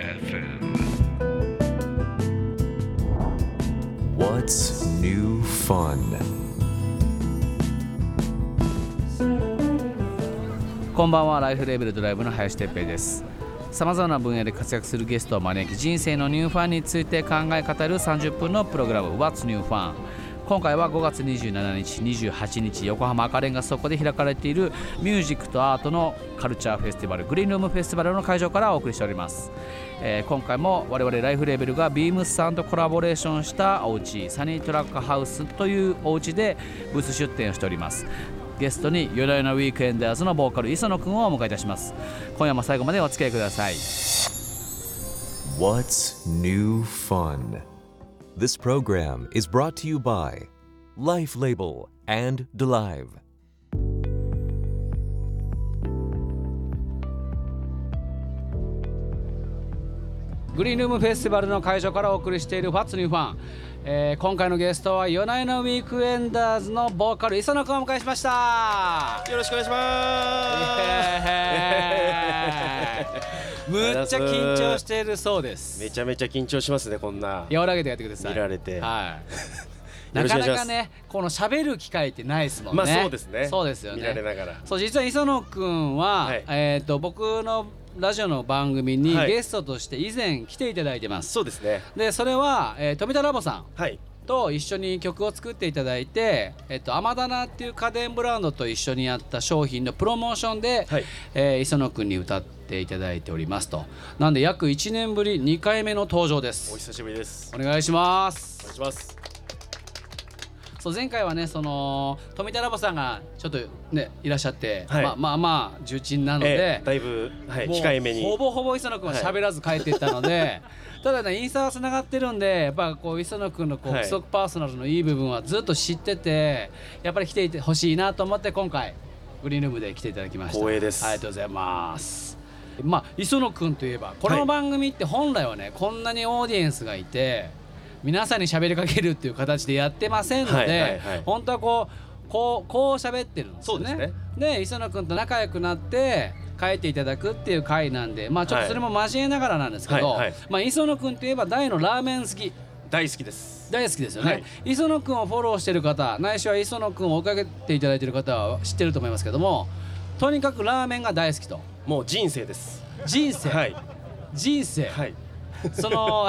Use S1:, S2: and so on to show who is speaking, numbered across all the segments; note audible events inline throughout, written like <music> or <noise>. S1: FM.
S2: What's new fun?
S3: こんばんはライフレーベルドライブの林哲平ですさまざまな分野で活躍するゲストを招き人生のニューファンについて考え語る30分のプログラム What's New Fun 今回は5月27日28日横浜赤レンガ倉庫で開かれているミュージックとアートのカルチャーフェスティバルグリーンルームフェスティバルの会場からお送りしております、えー今回も我々ライフレーベルがビームスさんとコラボレーションしたお家サニートラックハウスというお家でブース出店をしておりますゲストに「夜な夜なウィークエンダーズ」のボーカル磯野くんをお迎えいたします今夜も最後までお付き合いください
S2: What's new fun? This program is brought to you by Life Label and Delive.
S3: グリーンルームフェスティバルの会場からお送りしている「ファッツニューファン」えー今回のゲストは「夜な夜なウィークエンダーズ」のボーカル磯野くんをお迎えしました
S4: よろしくお願いしま。
S3: えーむっちゃ緊張しているそうですす
S4: めちゃめちゃ緊張しますね、こんな。
S3: 和らげてやってください
S4: 見られて
S3: はい、な
S4: よろしく
S3: か
S4: お願
S3: な
S4: いします
S3: かねこの喋る機会ってないですもんね
S4: まあそうですね。
S3: そうですよね
S4: 見られながら。
S3: そう実は磯野くんは、
S4: はい
S3: えっ、と僕のラジオの番組に
S4: はい
S3: ゲストとして以前来ていただいてます。
S4: そうですね。
S3: でそれは、えー富田ラボさん
S4: はい。
S3: と一緒に曲を作っていただいて、えっとアマダナっていう家電ブランドと一緒にやった商品のプロモーションで、
S4: はい
S3: えー磯野くんに歌っていただいておりますと。なんで約1年ぶり2回目の登場で
S4: お
S3: す。
S4: 久しぶりです。
S3: お願いします
S4: お。願いします。
S3: そう前回はねその富田ラボさんがちょっとねいらっしゃって、
S4: はい
S3: まあまあまあ重鎮なの
S4: え
S3: で
S4: え、だいぶ、はい、
S3: もう
S4: 控えめに。
S3: ほぼほぼ磯野君は喋らず帰っていったので、
S4: <laughs>
S3: ただねインスタは繋がってるんでやっぱこう磯野君のこう
S4: はい
S3: 規則パーソナルのいい部分はずっと知っててやっぱり来ていてほしいなと思って今回グリーンルームで来ていただきました
S4: 光栄です
S3: ありがとうございますまあ磯野君といえばこの番組って本来はね、こんなにオーディエンスがいて皆さんに喋りかけるっていう形でやってませんので、
S4: はいはいはい
S3: 本当はこうこうこう喋ってるんですよね
S4: そうですね
S3: で磯野君と仲良くなって帰っていただくっていう回なんでまあちょっとそれも交えながらなんですけど、
S4: はいはい
S3: まあ、磯野君といえば大のラーメン好き
S4: 大好きです。
S3: 大好きですよね、
S4: はい
S3: 磯野君をフォローしてる方ないしは磯野君を追いかけていただいてる方は知ってると思いますけどもとにかくラーメンが大好きと
S4: もう人生です。
S3: 人生、
S4: はい。
S3: 人生、
S4: はい。
S3: そ
S4: <laughs>
S3: の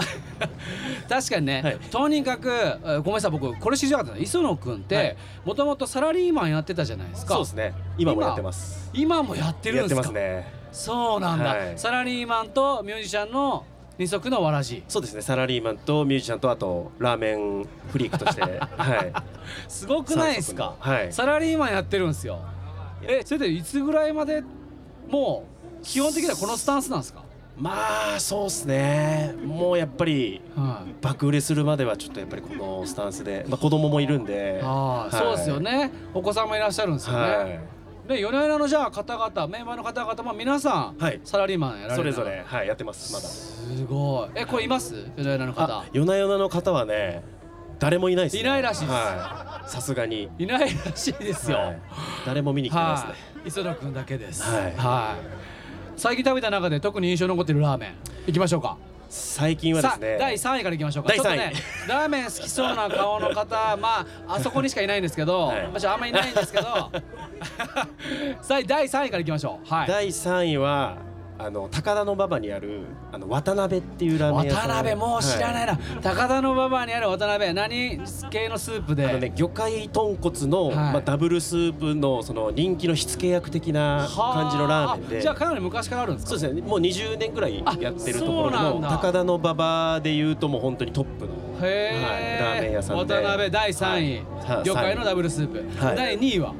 S3: 確かにね、
S4: はい
S3: とにかくえーごめんなさい僕これ知りたかったの磯野君っ
S4: は
S3: て
S4: い
S3: もともとサラリーマンやってたじゃないですか
S4: そうですね。今もやってます。
S3: 今もやってる
S4: や
S3: ん
S4: っ
S3: で
S4: て
S3: す
S4: ま
S3: か
S4: すね。
S3: そうなんだ、
S4: はい
S3: サラリーマンとミュージシャンの二足のわらじ
S4: そうですね。サラリーマンとミュージシャンとあとラーメンフリークと
S3: <laughs>
S4: して、は
S3: すごくないですか、
S4: 三足のはい
S3: サラリーマンやってるんですよえそれでいつぐらいまでもう基本的にはこのスタンスなんですか、
S4: い。まあそうですね。もうやっぱり
S3: はい
S4: 爆売れするまではちょっとやっぱりこのスタンスで、まあ、子供もいるんで、
S3: ああ、そうですよねお子さんもいらっしゃるんですよね、
S4: は
S3: で夜な夜なのじゃあ方々メンバーの方々も皆さん、
S4: はい
S3: サラリーマンやられて
S4: い、それぞれ、はい、やってます
S3: すごいえこれいます夜な夜なの
S4: まだ
S3: 方
S4: あ夜な夜なの方はね誰もいないです、ね、
S3: いないらしいです
S4: はいさすがに
S3: いないらしいですよ、
S4: はい誰も見に来てますね
S3: は、い、磯野君だけです。
S4: はい
S3: い最近食べた中で特に印象に残ってるラーメンいきましょうか。
S4: 最近はで
S3: さ
S4: すね
S3: 第3位からいきましょうか。
S4: 第三位
S3: ちょっとね、ラーメン好きそうな顔の方、まああそこにしかいないんですけど、
S4: はい
S3: まあちょっとあんまりいないんですけ
S4: <laughs>
S3: ど、さい第3位からいきましょう。はい。
S4: 第3位はあの高田の馬場にあるあの渡辺っていうラーメン屋
S3: 渡
S4: さん
S3: 辺もう知らないな、
S4: は
S3: 高田の馬場にある渡辺何系のスープで
S4: あのね、魚介豚骨の、
S3: い
S4: まあ、ダブルスープのその人気の火付け役的な
S3: はあ
S4: 感じのラーメンで
S3: じゃあかなり昔からあるんですか
S4: そうですね、もう20年ぐらいやってると
S3: あそ
S4: こ
S3: うな
S4: ろ
S3: ん
S4: の
S3: だ
S4: 高田の馬場でいうともう本当にトップの、
S3: へー
S4: はいラーメン屋さんで
S3: 渡辺第3位、
S4: はい
S3: 魚介の
S4: さ
S3: ダブルスープ、
S4: はい
S3: 第2位は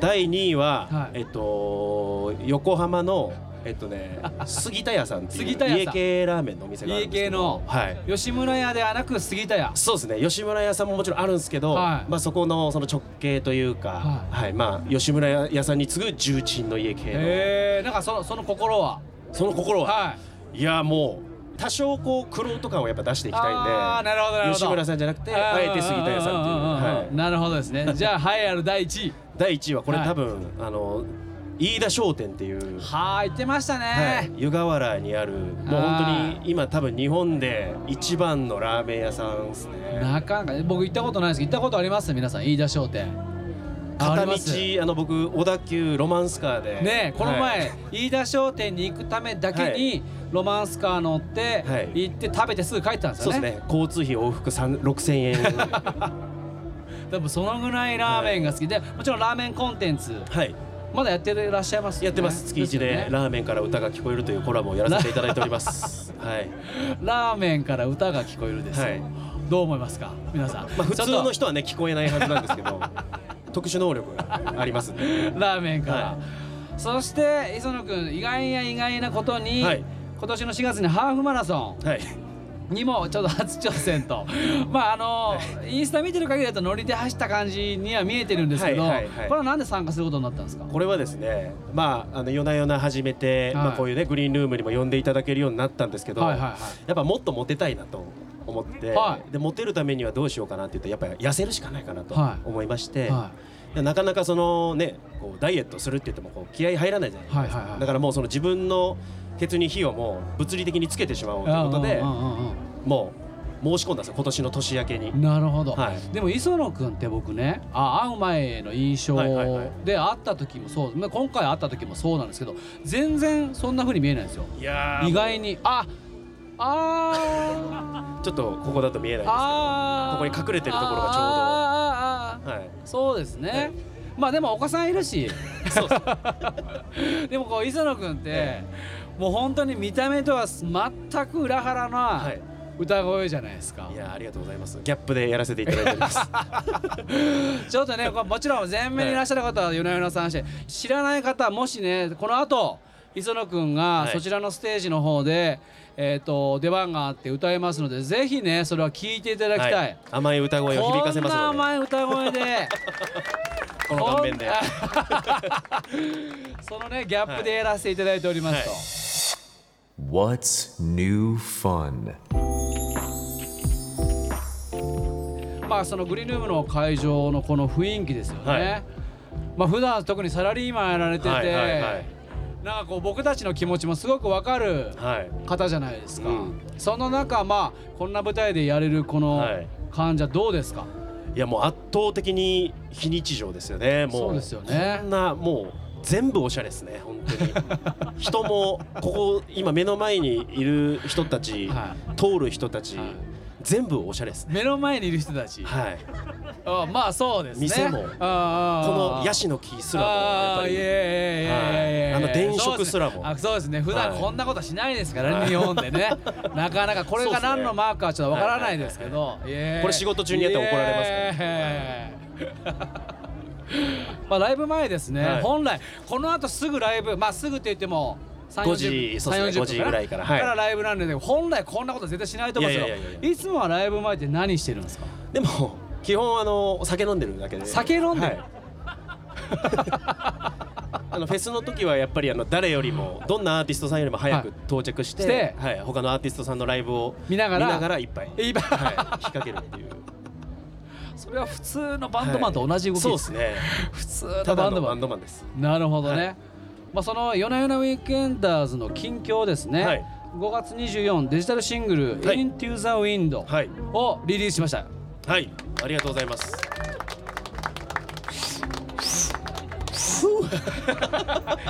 S4: 第2位は、
S3: はい
S4: えっと横浜のえっとね杉田屋さんってい
S3: 杉
S4: う
S3: 田屋さん
S4: 家系ラーメンのお店があ
S3: 家
S4: るんです
S3: 系
S4: けど
S3: の、
S4: はい
S3: 吉村屋ではなく杉田屋
S4: そうですね吉村屋さんももちろんあるんですけど、
S3: はい
S4: まあ、そこのその直系というか、
S3: は
S4: はいいまあ、吉村屋さんに次ぐ重鎮の家系の
S3: へえなんかそのその心は
S4: その心は、
S3: はい
S4: い、やもう多少こうクロート感をやっぱ出していきたいんで
S3: あーなるほどなるほど
S4: 吉村さんじゃなくてあえて杉田屋さんっていう、
S3: うんうんうんうん
S4: <laughs> はい、
S3: なるほどですねじゃあ栄えある第1位
S4: 第1位はこれ
S3: はい
S4: 多分、あの飯田商店っていう、
S3: はい、行ってましたね。
S4: はい、湯河原にあるもう本当に今多分日本で一番のラーメン屋さんですね
S3: なかなかね僕行ったことないですけど行ったことあります皆さん飯田商店あ
S4: 片
S3: り
S4: 道
S3: ます
S4: あの僕小田急ロマンスカーで
S3: ねえこの前、
S4: はい
S3: 飯田商店に行くためだけに、
S4: はい
S3: ロマンスカー乗って、
S4: はい
S3: 行って食べてすぐ帰ったんです
S4: そう
S3: よ
S4: です
S3: ね
S4: ね交通費往復3 6000円
S3: <laughs> 多分そのぐらいラーメンが好きで、もちろんラーメンコンテンツ
S4: はい
S3: まだやってらっしゃいます
S4: や
S3: よね、
S4: ってます月
S3: すよ
S4: 一
S3: ね
S4: でラーメンから歌が聞こえるというコラボをやらせていただいております
S3: <laughs>
S4: はい、
S3: ラーメンから歌が聞こえるですよ、
S4: はい
S3: どう思いますか皆さん、
S4: まあ、普通
S3: ちょっ
S4: の
S3: と
S4: 人はね聞こえないはずなんですけど <laughs> 特殊能力がありますんで
S3: ラーメンから、
S4: は
S3: そして磯野君意外や意外なことに、
S4: はい
S3: 今年の4月にハーフマラソン
S4: はい
S3: にもちょっと初挑戦
S4: <laughs>
S3: とまああのインスタ見てる限りだとノリで走った感じには見えてるんですけど、
S4: はいはいはい
S3: これはなんで参加することになったんですか
S4: これはですねまああの夜な夜な始めて、ま
S3: は
S4: あ、
S3: い
S4: こういうねグリーンルームにも呼んでいただけるようになったんですけど、
S3: はいはいはい
S4: やっぱもっとモテたいなと思って、
S3: はい
S4: でモテるためにはどうしようかなって言ってやっぱ痩せるしかないかなと
S3: はい
S4: 思いまして、
S3: は
S4: でなかなかそのねこうダイエットするって言ってもこう気合い入らないじゃないですか、
S3: はいはいはい
S4: だからもうその自分のケツに火をもう物理的につけてしまおうということで
S3: うんうんうん
S4: もう申し込んだんですよ今年の年明けに
S3: う。んなるほど、
S4: はい
S3: でも磯野君って僕ねあ会う前の印象
S4: はいはいはい
S3: で会った時もそうまあ今回会った時もそうなんですけど全然そんな風に見えないんですよ
S4: いや
S3: 意
S4: ー
S3: 外にああー
S4: ちょっとここだと見えないですけど
S3: あー
S4: <laughs> ここに隠れてるところがちょうど
S3: あーあーあーあー
S4: はい
S3: そうですね、
S4: はい
S3: まあでもお子さんいるし
S4: そうです
S3: <laughs> でもこう磯野君って、もう本当に見た目とは全く裏腹な
S4: はい
S3: 歌声じゃないですか、
S4: いやーありがとうございますギャップでやらせていただいております
S3: <laughs> ちょっとねこうもちろん前面にいらっしゃる方は夜な夜なさんして知らない方はもしねこの後磯野君が
S4: はい
S3: そちらのステージの方で、えっ、と出番があって歌いますのでぜひねそれは聞いていただきたい、
S4: はい甘い歌声を響かせます
S3: こんな
S4: ので
S3: 甘い歌声で
S4: <laughs> この顔面では
S3: <laughs> そのねギャップでやらせていただいておりますと、
S4: はい
S2: What's new fun?
S3: まあそのグリーンルームの会場のこの雰囲気ですよね、
S4: はい
S3: まあ普段特にサラリーマンやられてて、
S4: はいはいはい
S3: なんかこう僕たちの気持ちもすごくわかる
S4: はい
S3: 方じゃないですか、
S4: うん
S3: その中まあこんな舞台でやれるこの
S4: はい
S3: 患者どうですか、
S4: いやもう圧倒的に非日常ですよねもう
S3: そうですよね
S4: こんなもう全部おしゃれですね本
S3: <laughs>
S4: 当に人もここ今目の前にいる人たち、
S3: は
S4: 通る人たち、
S3: はい
S4: 全部おしゃれですね
S3: 目の前にいる人たち、
S4: はい
S3: あまあそうですね
S4: 店も
S3: こ
S4: この
S3: の
S4: ヤシの木す
S3: あ
S4: らもやっ
S3: あ
S4: ぱ
S3: ーい
S4: り
S3: やいやいやいやいや
S4: はいあの電飾すらも
S3: そうですねあそうですね普段
S4: はい
S3: こんなことしないですからね日本で
S4: <laughs>
S3: ねなかなかこれが何のマークかちょっとわからないですけどいやいや
S4: これ仕事中にやったら怒られますから
S3: いやいやまあライブ前ですね、
S4: はい
S3: 本来この後すぐライブまあすぐって言っても3
S4: 5時そうですね5時ぐらいからはい
S3: からライブなんで本来こんなこと絶対しないと思うんです
S4: いやいやいやい
S3: よいつもはライブ前って何してるんですか
S4: でも基本あのお酒飲んでるだけで
S3: 酒飲んでる
S4: はいあのフェスの時はやっぱりあの誰よりもどんなアーティストさんよりも早
S3: は
S4: く到着して,、
S3: し
S4: は
S3: て
S4: い他のアーティストさんのライブを
S3: 見ながら
S4: 見ながら一杯
S3: いっぱい
S4: はい、引っ掛けるっていう
S3: <laughs> それは普通のバンドマンと同じ動き
S4: そうで
S3: です
S4: す
S3: ね、
S4: ね
S3: 普通
S4: た
S3: のバ
S4: だ
S3: ンド
S4: の
S3: マ
S4: バ
S3: ン
S4: ンドマンです
S3: なるほどね、
S4: はい
S3: まあ、その「夜な夜なウィークエンダーズ」の近況ですね、
S4: はい
S3: 5月24デジタルシングル「
S4: はい
S3: Into the Wind
S4: はい」
S3: をリリースしました、
S4: はいありがとうございます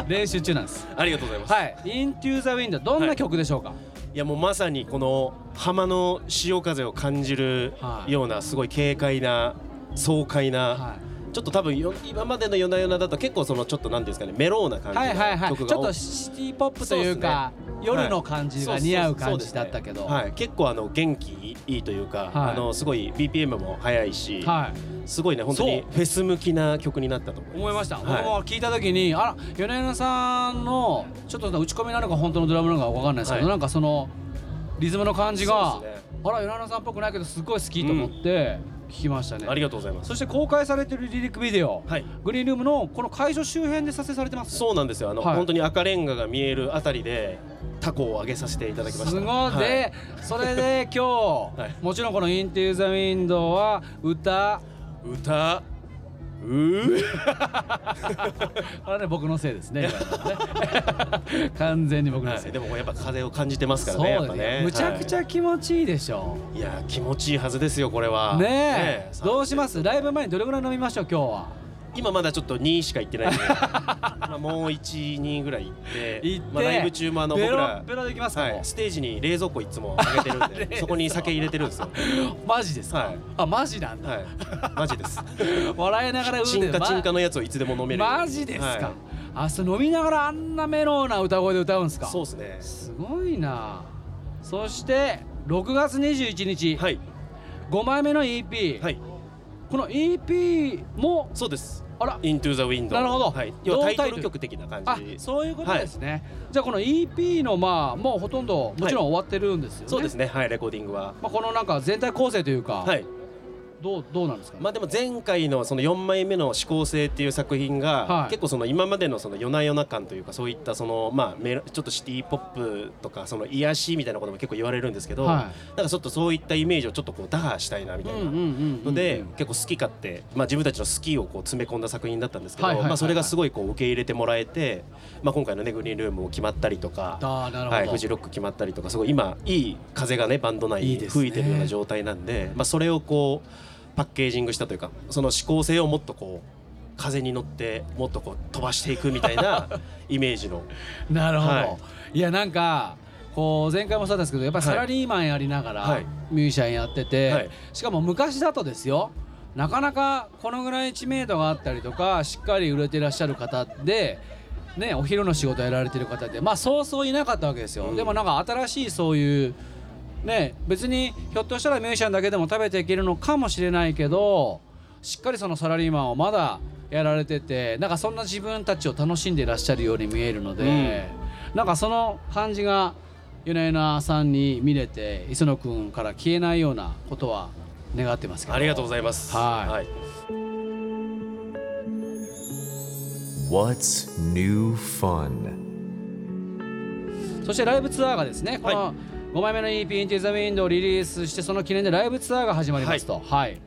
S3: 練習中なん
S4: <laughs>
S3: です
S4: ありがとうございます、い、
S3: はい「Into the Wind」どんな曲でしょうか、
S4: やもうまさにこの浜の潮風を感じる
S3: はい
S4: ようなすごい軽快な爽快な、
S3: は
S4: ちょっと多分よ今までの夜な夜なだと結構そのちょっとなんですかねメローな感
S3: い、
S4: じ
S3: はいはいはい
S4: の
S3: ちょ
S4: 曲
S3: っ
S4: が多
S3: とシティポップというか夜の感じが似合う感じだったけど、
S4: はいそうそうそうですねはい、結構あの元気いいというか、
S3: はい
S4: あのすごい BPM も速いし、
S3: はい
S4: すごいね本当に
S3: そう
S4: フェス向きな曲になったと思
S3: 思
S4: います
S3: いました、僕
S4: は
S3: も聞いた時にあら米山さんのちょっと打ち込みなのか本当のドラムなのか分かんないですけど、
S4: はい
S3: なんかそのリズムの感じが、
S4: そうですね
S3: あら米山さんっぽくないけどすごい好きと思って聞きましたね、
S4: い、ありがとうございます
S3: そして公開されてるリリックビデオ、
S4: はい
S3: グリーンルームのこの会場周辺で撮影されてます
S4: そうなんですよあの、
S3: はい
S4: 本当に赤レンガが見えるあたりでタコを上げさせていただきました
S3: すごい、でそれで今日、
S4: い
S3: もちろんこの「インティーザウィンドウは歌
S4: はい歌
S3: これはね僕のせいですね今のはね <laughs> 完全に僕の
S4: は
S3: せい
S4: い、でもやっぱ風を感じてますから
S3: そう
S4: ね
S3: で
S4: やっ
S3: す
S4: ぱ
S3: ね
S4: ね
S3: むちゃくち
S4: は
S3: ゃ気持ちいいでしょ
S4: い、いや気持ちいいはずですよこれは
S3: ねえ
S4: え
S3: どうしますライブ前にどれぐらい飲みましょう今日は
S4: 今まだちょっと2しか行ってないんで <laughs> まあもう12ぐらい行って
S3: 行って
S4: まあ、ライブ中もあの僕
S3: ベロ
S4: ら
S3: ンベロンで行きますか
S4: は
S3: もう
S4: い、ステージに冷蔵庫いつもあげてるん
S3: <laughs> 冷
S4: で
S3: 蔵庫
S4: そこに酒入れてるんですよ
S3: マジですか、
S4: はい
S3: あマジなんだ、
S4: はいマ
S3: <laughs>
S4: ジです
S3: 笑いながら
S4: チンカ
S3: ま
S4: チンカのやつをいつでも飲める
S3: マジですか、
S4: は
S3: あそう飲みながらあんなメロウな歌声で歌うんですか
S4: いそうです
S3: すごいなそして6月21日、
S4: ねはい
S3: 5枚目の EP、
S4: はい
S3: この EP も
S4: そうです
S3: あら
S4: Into the Window
S3: なるほど
S4: はい、要はタイ
S3: 同タイ
S4: ト
S3: ト
S4: ル
S3: ル
S4: 曲的な感
S3: あ
S4: じ
S3: そういうことですね、じゃあこの EP のまあもうほとんどもちろん終わってるんですよね、
S4: そうですねはいレコーディングは
S3: まあ、このなんか全体構成というか、
S4: はい
S3: どうどうなんですか、
S4: まあでも前回のその4枚目の「思考性」っていう作品
S3: は
S4: が
S3: い
S4: 結構その今までのその夜な夜な感というかそういったそのまあメロちょっとシティポップとかその癒しみたいなことも結構言われるんですけど
S3: は
S4: なんかちょっとそういったイメージをちょっとこう打破したいなみたいなので結構好き勝手、まあ、自分たちの好きをこう詰め込んだ作品だったんですけど
S3: はいはいはいはい
S4: まあそれがすごいこう受け入れてもらえて、まあ、今回の、ね「グリーンルーム」も決まったりとか。
S3: あーなるほど、
S4: はい、フジロック決まったりとかすごい今いい風がねバンド内
S3: いい
S4: に
S3: ですね
S4: 吹いてるような状態なんでまあ、それをこうパッケージングしたというかその指向性をもっとこう風に乗ってもっとこう飛ばしていくみた
S3: <laughs>
S4: いなイメージの
S3: なるほど、、
S4: はい
S3: やなんかこう前回もそうだったんですけどやっぱり
S4: は
S3: サ
S4: い
S3: ラリーマンやりながら、
S4: はい
S3: ミュージシャンやってて、
S4: はい
S3: しかも昔だとですよなかなかこのぐらい知名度があったりとかしっかり売れてらっしゃる方で、ね、お昼の仕事やられてる方でまあそうそういなかったわけですよ、
S4: うん
S3: でもなんか新しいそういうね別にひょっとしたらミュージシャンだけでも食べていけるのかもしれないけどしっかりそのサラリーマンをまだやられててなんかそんな自分たちを楽しんでらっしゃるように見えるので、なんかその感じがゆなゆなさんに見れて磯野くんから消えないようなことは願ってますけど
S4: ありがとうご
S3: い
S4: ざいます。
S3: はい
S4: はい
S2: What's new fun?
S3: ますそしてライブツアーがですねこ
S4: は
S3: の5枚目の EP「Into the Wind」をリリースしてその記念でライブツアーが始まりますとはい、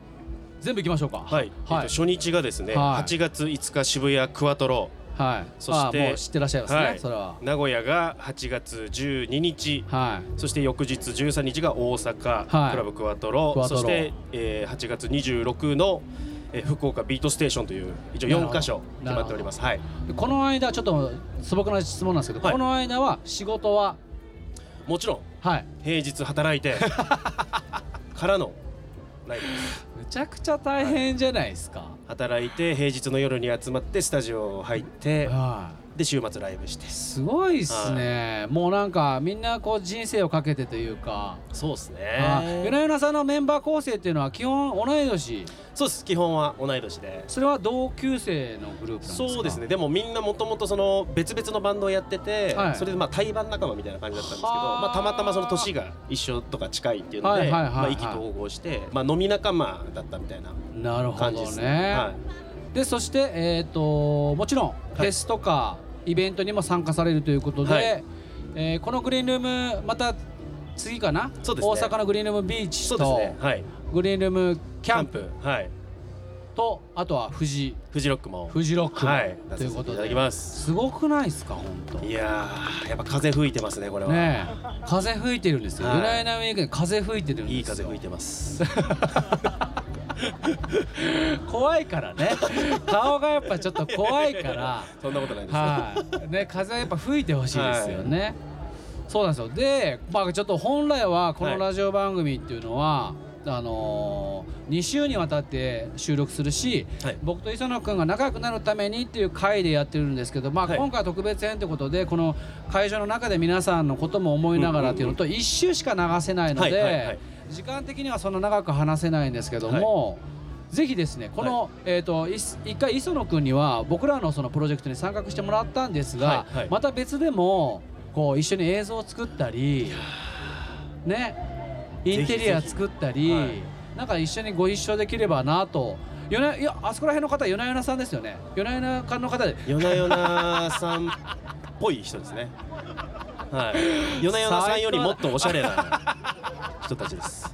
S3: 全部いきましょうか
S4: はい、
S3: はい
S4: えっと初日がですね、
S3: はい
S4: 8月5日渋谷クワトロ
S3: はい、
S4: そして
S3: まあもう知ってらっしゃいますね、
S4: はい
S3: それは
S4: 名古屋が8月12日
S3: はい
S4: そして翌日13日が大阪、
S3: はい
S4: クラブクワトロ
S3: クワトロ
S4: そして、えー8月26の、えー福岡ビートステーションという一応4箇所決まっておりますはい
S3: でこの間ちょっと素朴な質問なんですけど、
S4: はい
S3: この間は仕事は
S4: もちろん
S3: はい
S4: 平日
S3: <laughs>
S4: 働いてからのライブです
S3: むちゃくちゃ大変じゃないですか、
S4: 働いて平日の夜に集まってスタジオ入って
S3: は
S4: で週末ライブして
S3: い、すごいっすね、もうなんかみんなこう人生をかけてというか、
S4: そうです
S3: あー、ゆな
S4: ね
S3: ゆなさんのメンバー構成っていうのは基本同い年
S4: そうです基本は同い年で
S3: それは同級生のグループなんですか
S4: そうですねでもみんなもともとその別々のバンドをやってて、
S3: はい
S4: それでまあ対バン仲間みたいな感じだったんですけど、
S3: はあ
S4: まあ、たまたまその年が一緒とか近いっていうの
S3: はい
S4: で
S3: はいはいはい
S4: まあ意気投合して、まあ、飲み仲間だったみたいな
S3: なるほ
S4: 感じ
S3: ど
S4: です
S3: ね、
S4: は
S3: でそしてえっ、ともちろんフェスとかイベントにも参加されるということで、
S4: はい
S3: えーこのグリーンルームまた次かな、
S4: そうですね
S3: 大阪のグリーンルームビー
S4: い、
S3: チ
S4: そ
S3: と
S4: う、ですねはい
S3: グリーンルームキ
S4: キ
S3: ャ
S4: ャン
S3: ンプ
S4: プはい
S3: とあとは富士
S4: フジロックも
S3: フジロックも、
S4: はい
S3: ということ
S4: 出させていただ
S3: で
S4: きます
S3: ごくないですか本当
S4: いやーやっぱ風吹いてますねこれは、
S3: ねえ風吹いてるんですよ、
S4: はい
S3: ユナイナウィークに風吹いてるんですよ
S4: いい風吹いてます
S3: 怖いからね顔がやっぱちょっと怖いから
S4: そんなことないです、
S3: はい、ね、風はやっぱ吹いてほしいですよね。そうなんですよ。で、まあ、ちょっと本来はこ
S4: は
S3: の
S4: い
S3: ラジオ番組っていうのは。あのー、2週にわたって収録するし、
S4: はい
S3: 僕と磯野君が仲良くなるためにっていう回でやってるんですけど、まあ、
S4: はい
S3: 今回は特別編ってことでこの会場の中で皆さんのことも思いながらっていうのと1週しか流せないの
S4: はいはいは
S3: で
S4: い
S3: 時間的にはそんな長く話せないんですけども、ぜひですねこの、えー、といす一回磯野君には僕らのそのプロジェクトに参画してもらったんですが、
S4: はいはい
S3: また別でもこう一緒に映像を作ったりねインテリア
S4: ぜひぜひ
S3: 作ったり、
S4: はい
S3: なんか一緒にご一緒できればなと。よないやあそこら辺の方よなよなさんですよね。よなよなさんの方で
S4: 夜な夜なさんっぽい人ですね。はい。夜な夜なさんよりもっとおしゃれな人たちです。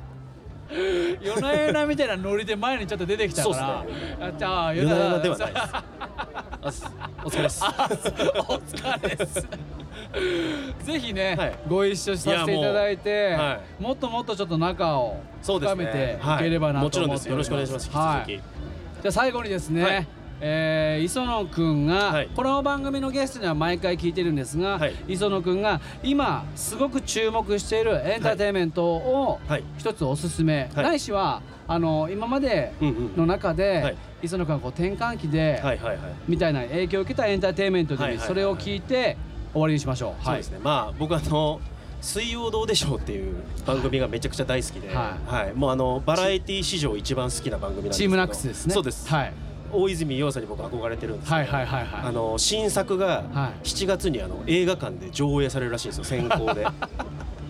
S3: 夜な夜なみたいなノリで前にちょっと出てきたから
S4: そう
S3: あ
S4: っ
S3: じゃあ
S4: 夜な夜なでは
S3: さ
S4: ないですあすお疲れです
S3: あお疲れです。ぜひね、
S4: はい
S3: ご一緒させていただいて
S4: いやもうは
S3: もっともっとちょっと仲を
S4: そうです
S3: 深
S4: ね
S3: めていければ
S4: は
S3: な
S4: もち
S3: と
S4: ろん
S3: 思っ
S4: です
S3: て
S4: よ
S3: おり
S4: ろ
S3: ま
S4: し
S3: す。
S4: くお願いします引き続き、
S3: はいじゃあ最後にですね、
S4: はい
S3: えー磯野くんが、
S4: はい
S3: この番組のゲストには毎回聞いてるんですが、
S4: はい
S3: 磯野くんが今すごく注目しているエンターテインメントを
S4: はい
S3: 一つおすすめ、
S4: はい
S3: ないしはあの今まで
S4: うんうん
S3: の中で、
S4: はい
S3: 磯野くんがこう転換期で、
S4: はいはいはい
S3: みたいな影響を受けたエンターテインメント
S4: はい
S3: で
S4: はいはい
S3: それを聞いて終わりにしましょう。
S4: そうですね、まあ僕あの「水曜どうでしょう」っていう番組がめちゃくちゃ大好きで、
S3: は
S4: はいいもうあのバラエティ史上一番好きな番組なんです
S3: チ
S4: けど
S3: ームナックスですね。
S4: そうです、
S3: はい
S4: 大泉洋さんに僕憧れてるんですけど
S3: はいはいはい
S4: あ
S3: は
S4: の新作
S3: は
S4: が
S3: い。
S4: 7月にあの映画館で上映されるらしいんですよ先行で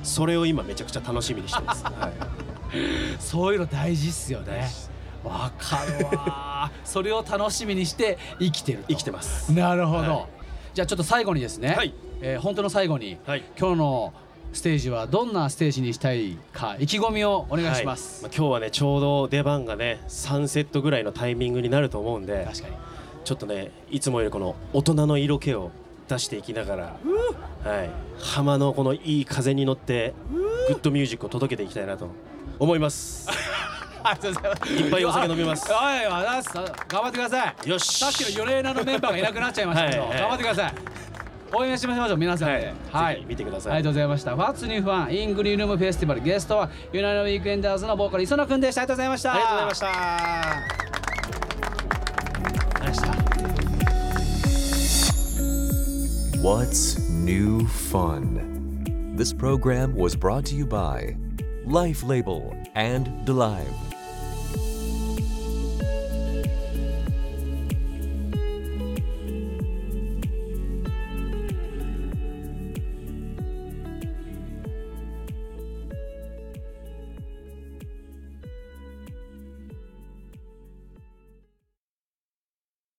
S4: それを今めちゃくちゃ楽しみにしてます、はい
S3: そういうの大事っすよ
S4: 大
S3: ね
S4: 事っす。
S3: わかるわ。それを楽しみにして生きてると。
S4: い、生きてます
S3: なるほど。
S4: はい
S3: じゃあちょっと最後にですね。
S4: はい
S3: えー本当の最後に、
S4: はい
S3: 今日のステージはどんなステージにしたいか意気込みをお願いします。
S4: はいまあ、今日はねちょうど出番がね3セットぐらいのタイミングになると思うんで
S3: 確かに。
S4: ちょっとねいつもよりこの大人の色気を出していきながら、はい、浜のこのいい風に乗ってグッドミュージックを届けていきたいなと思います。
S3: ありがとうございます。
S4: いっぱいお酒飲みます
S3: はい、ありがとうございます頑張ってください。
S4: よし
S3: さっきのヨレーナのメンバーがいなくなっちゃいましたけど、
S4: はいはい
S3: 頑張ってください。応援しましょう、皆さんで。は。
S4: はいいぜひ見てください
S3: ありがとうございました。ファッツニューファン、イングリールームフェスティバル、ゲストは、ユナイウィークエンダーズのボーカル、磯野くんでした。ありがとうございました。。
S4: ありがとうございました
S3: ありがとうございました。
S2: What's New Fun? This program was brought to you by Life Label and DeLive.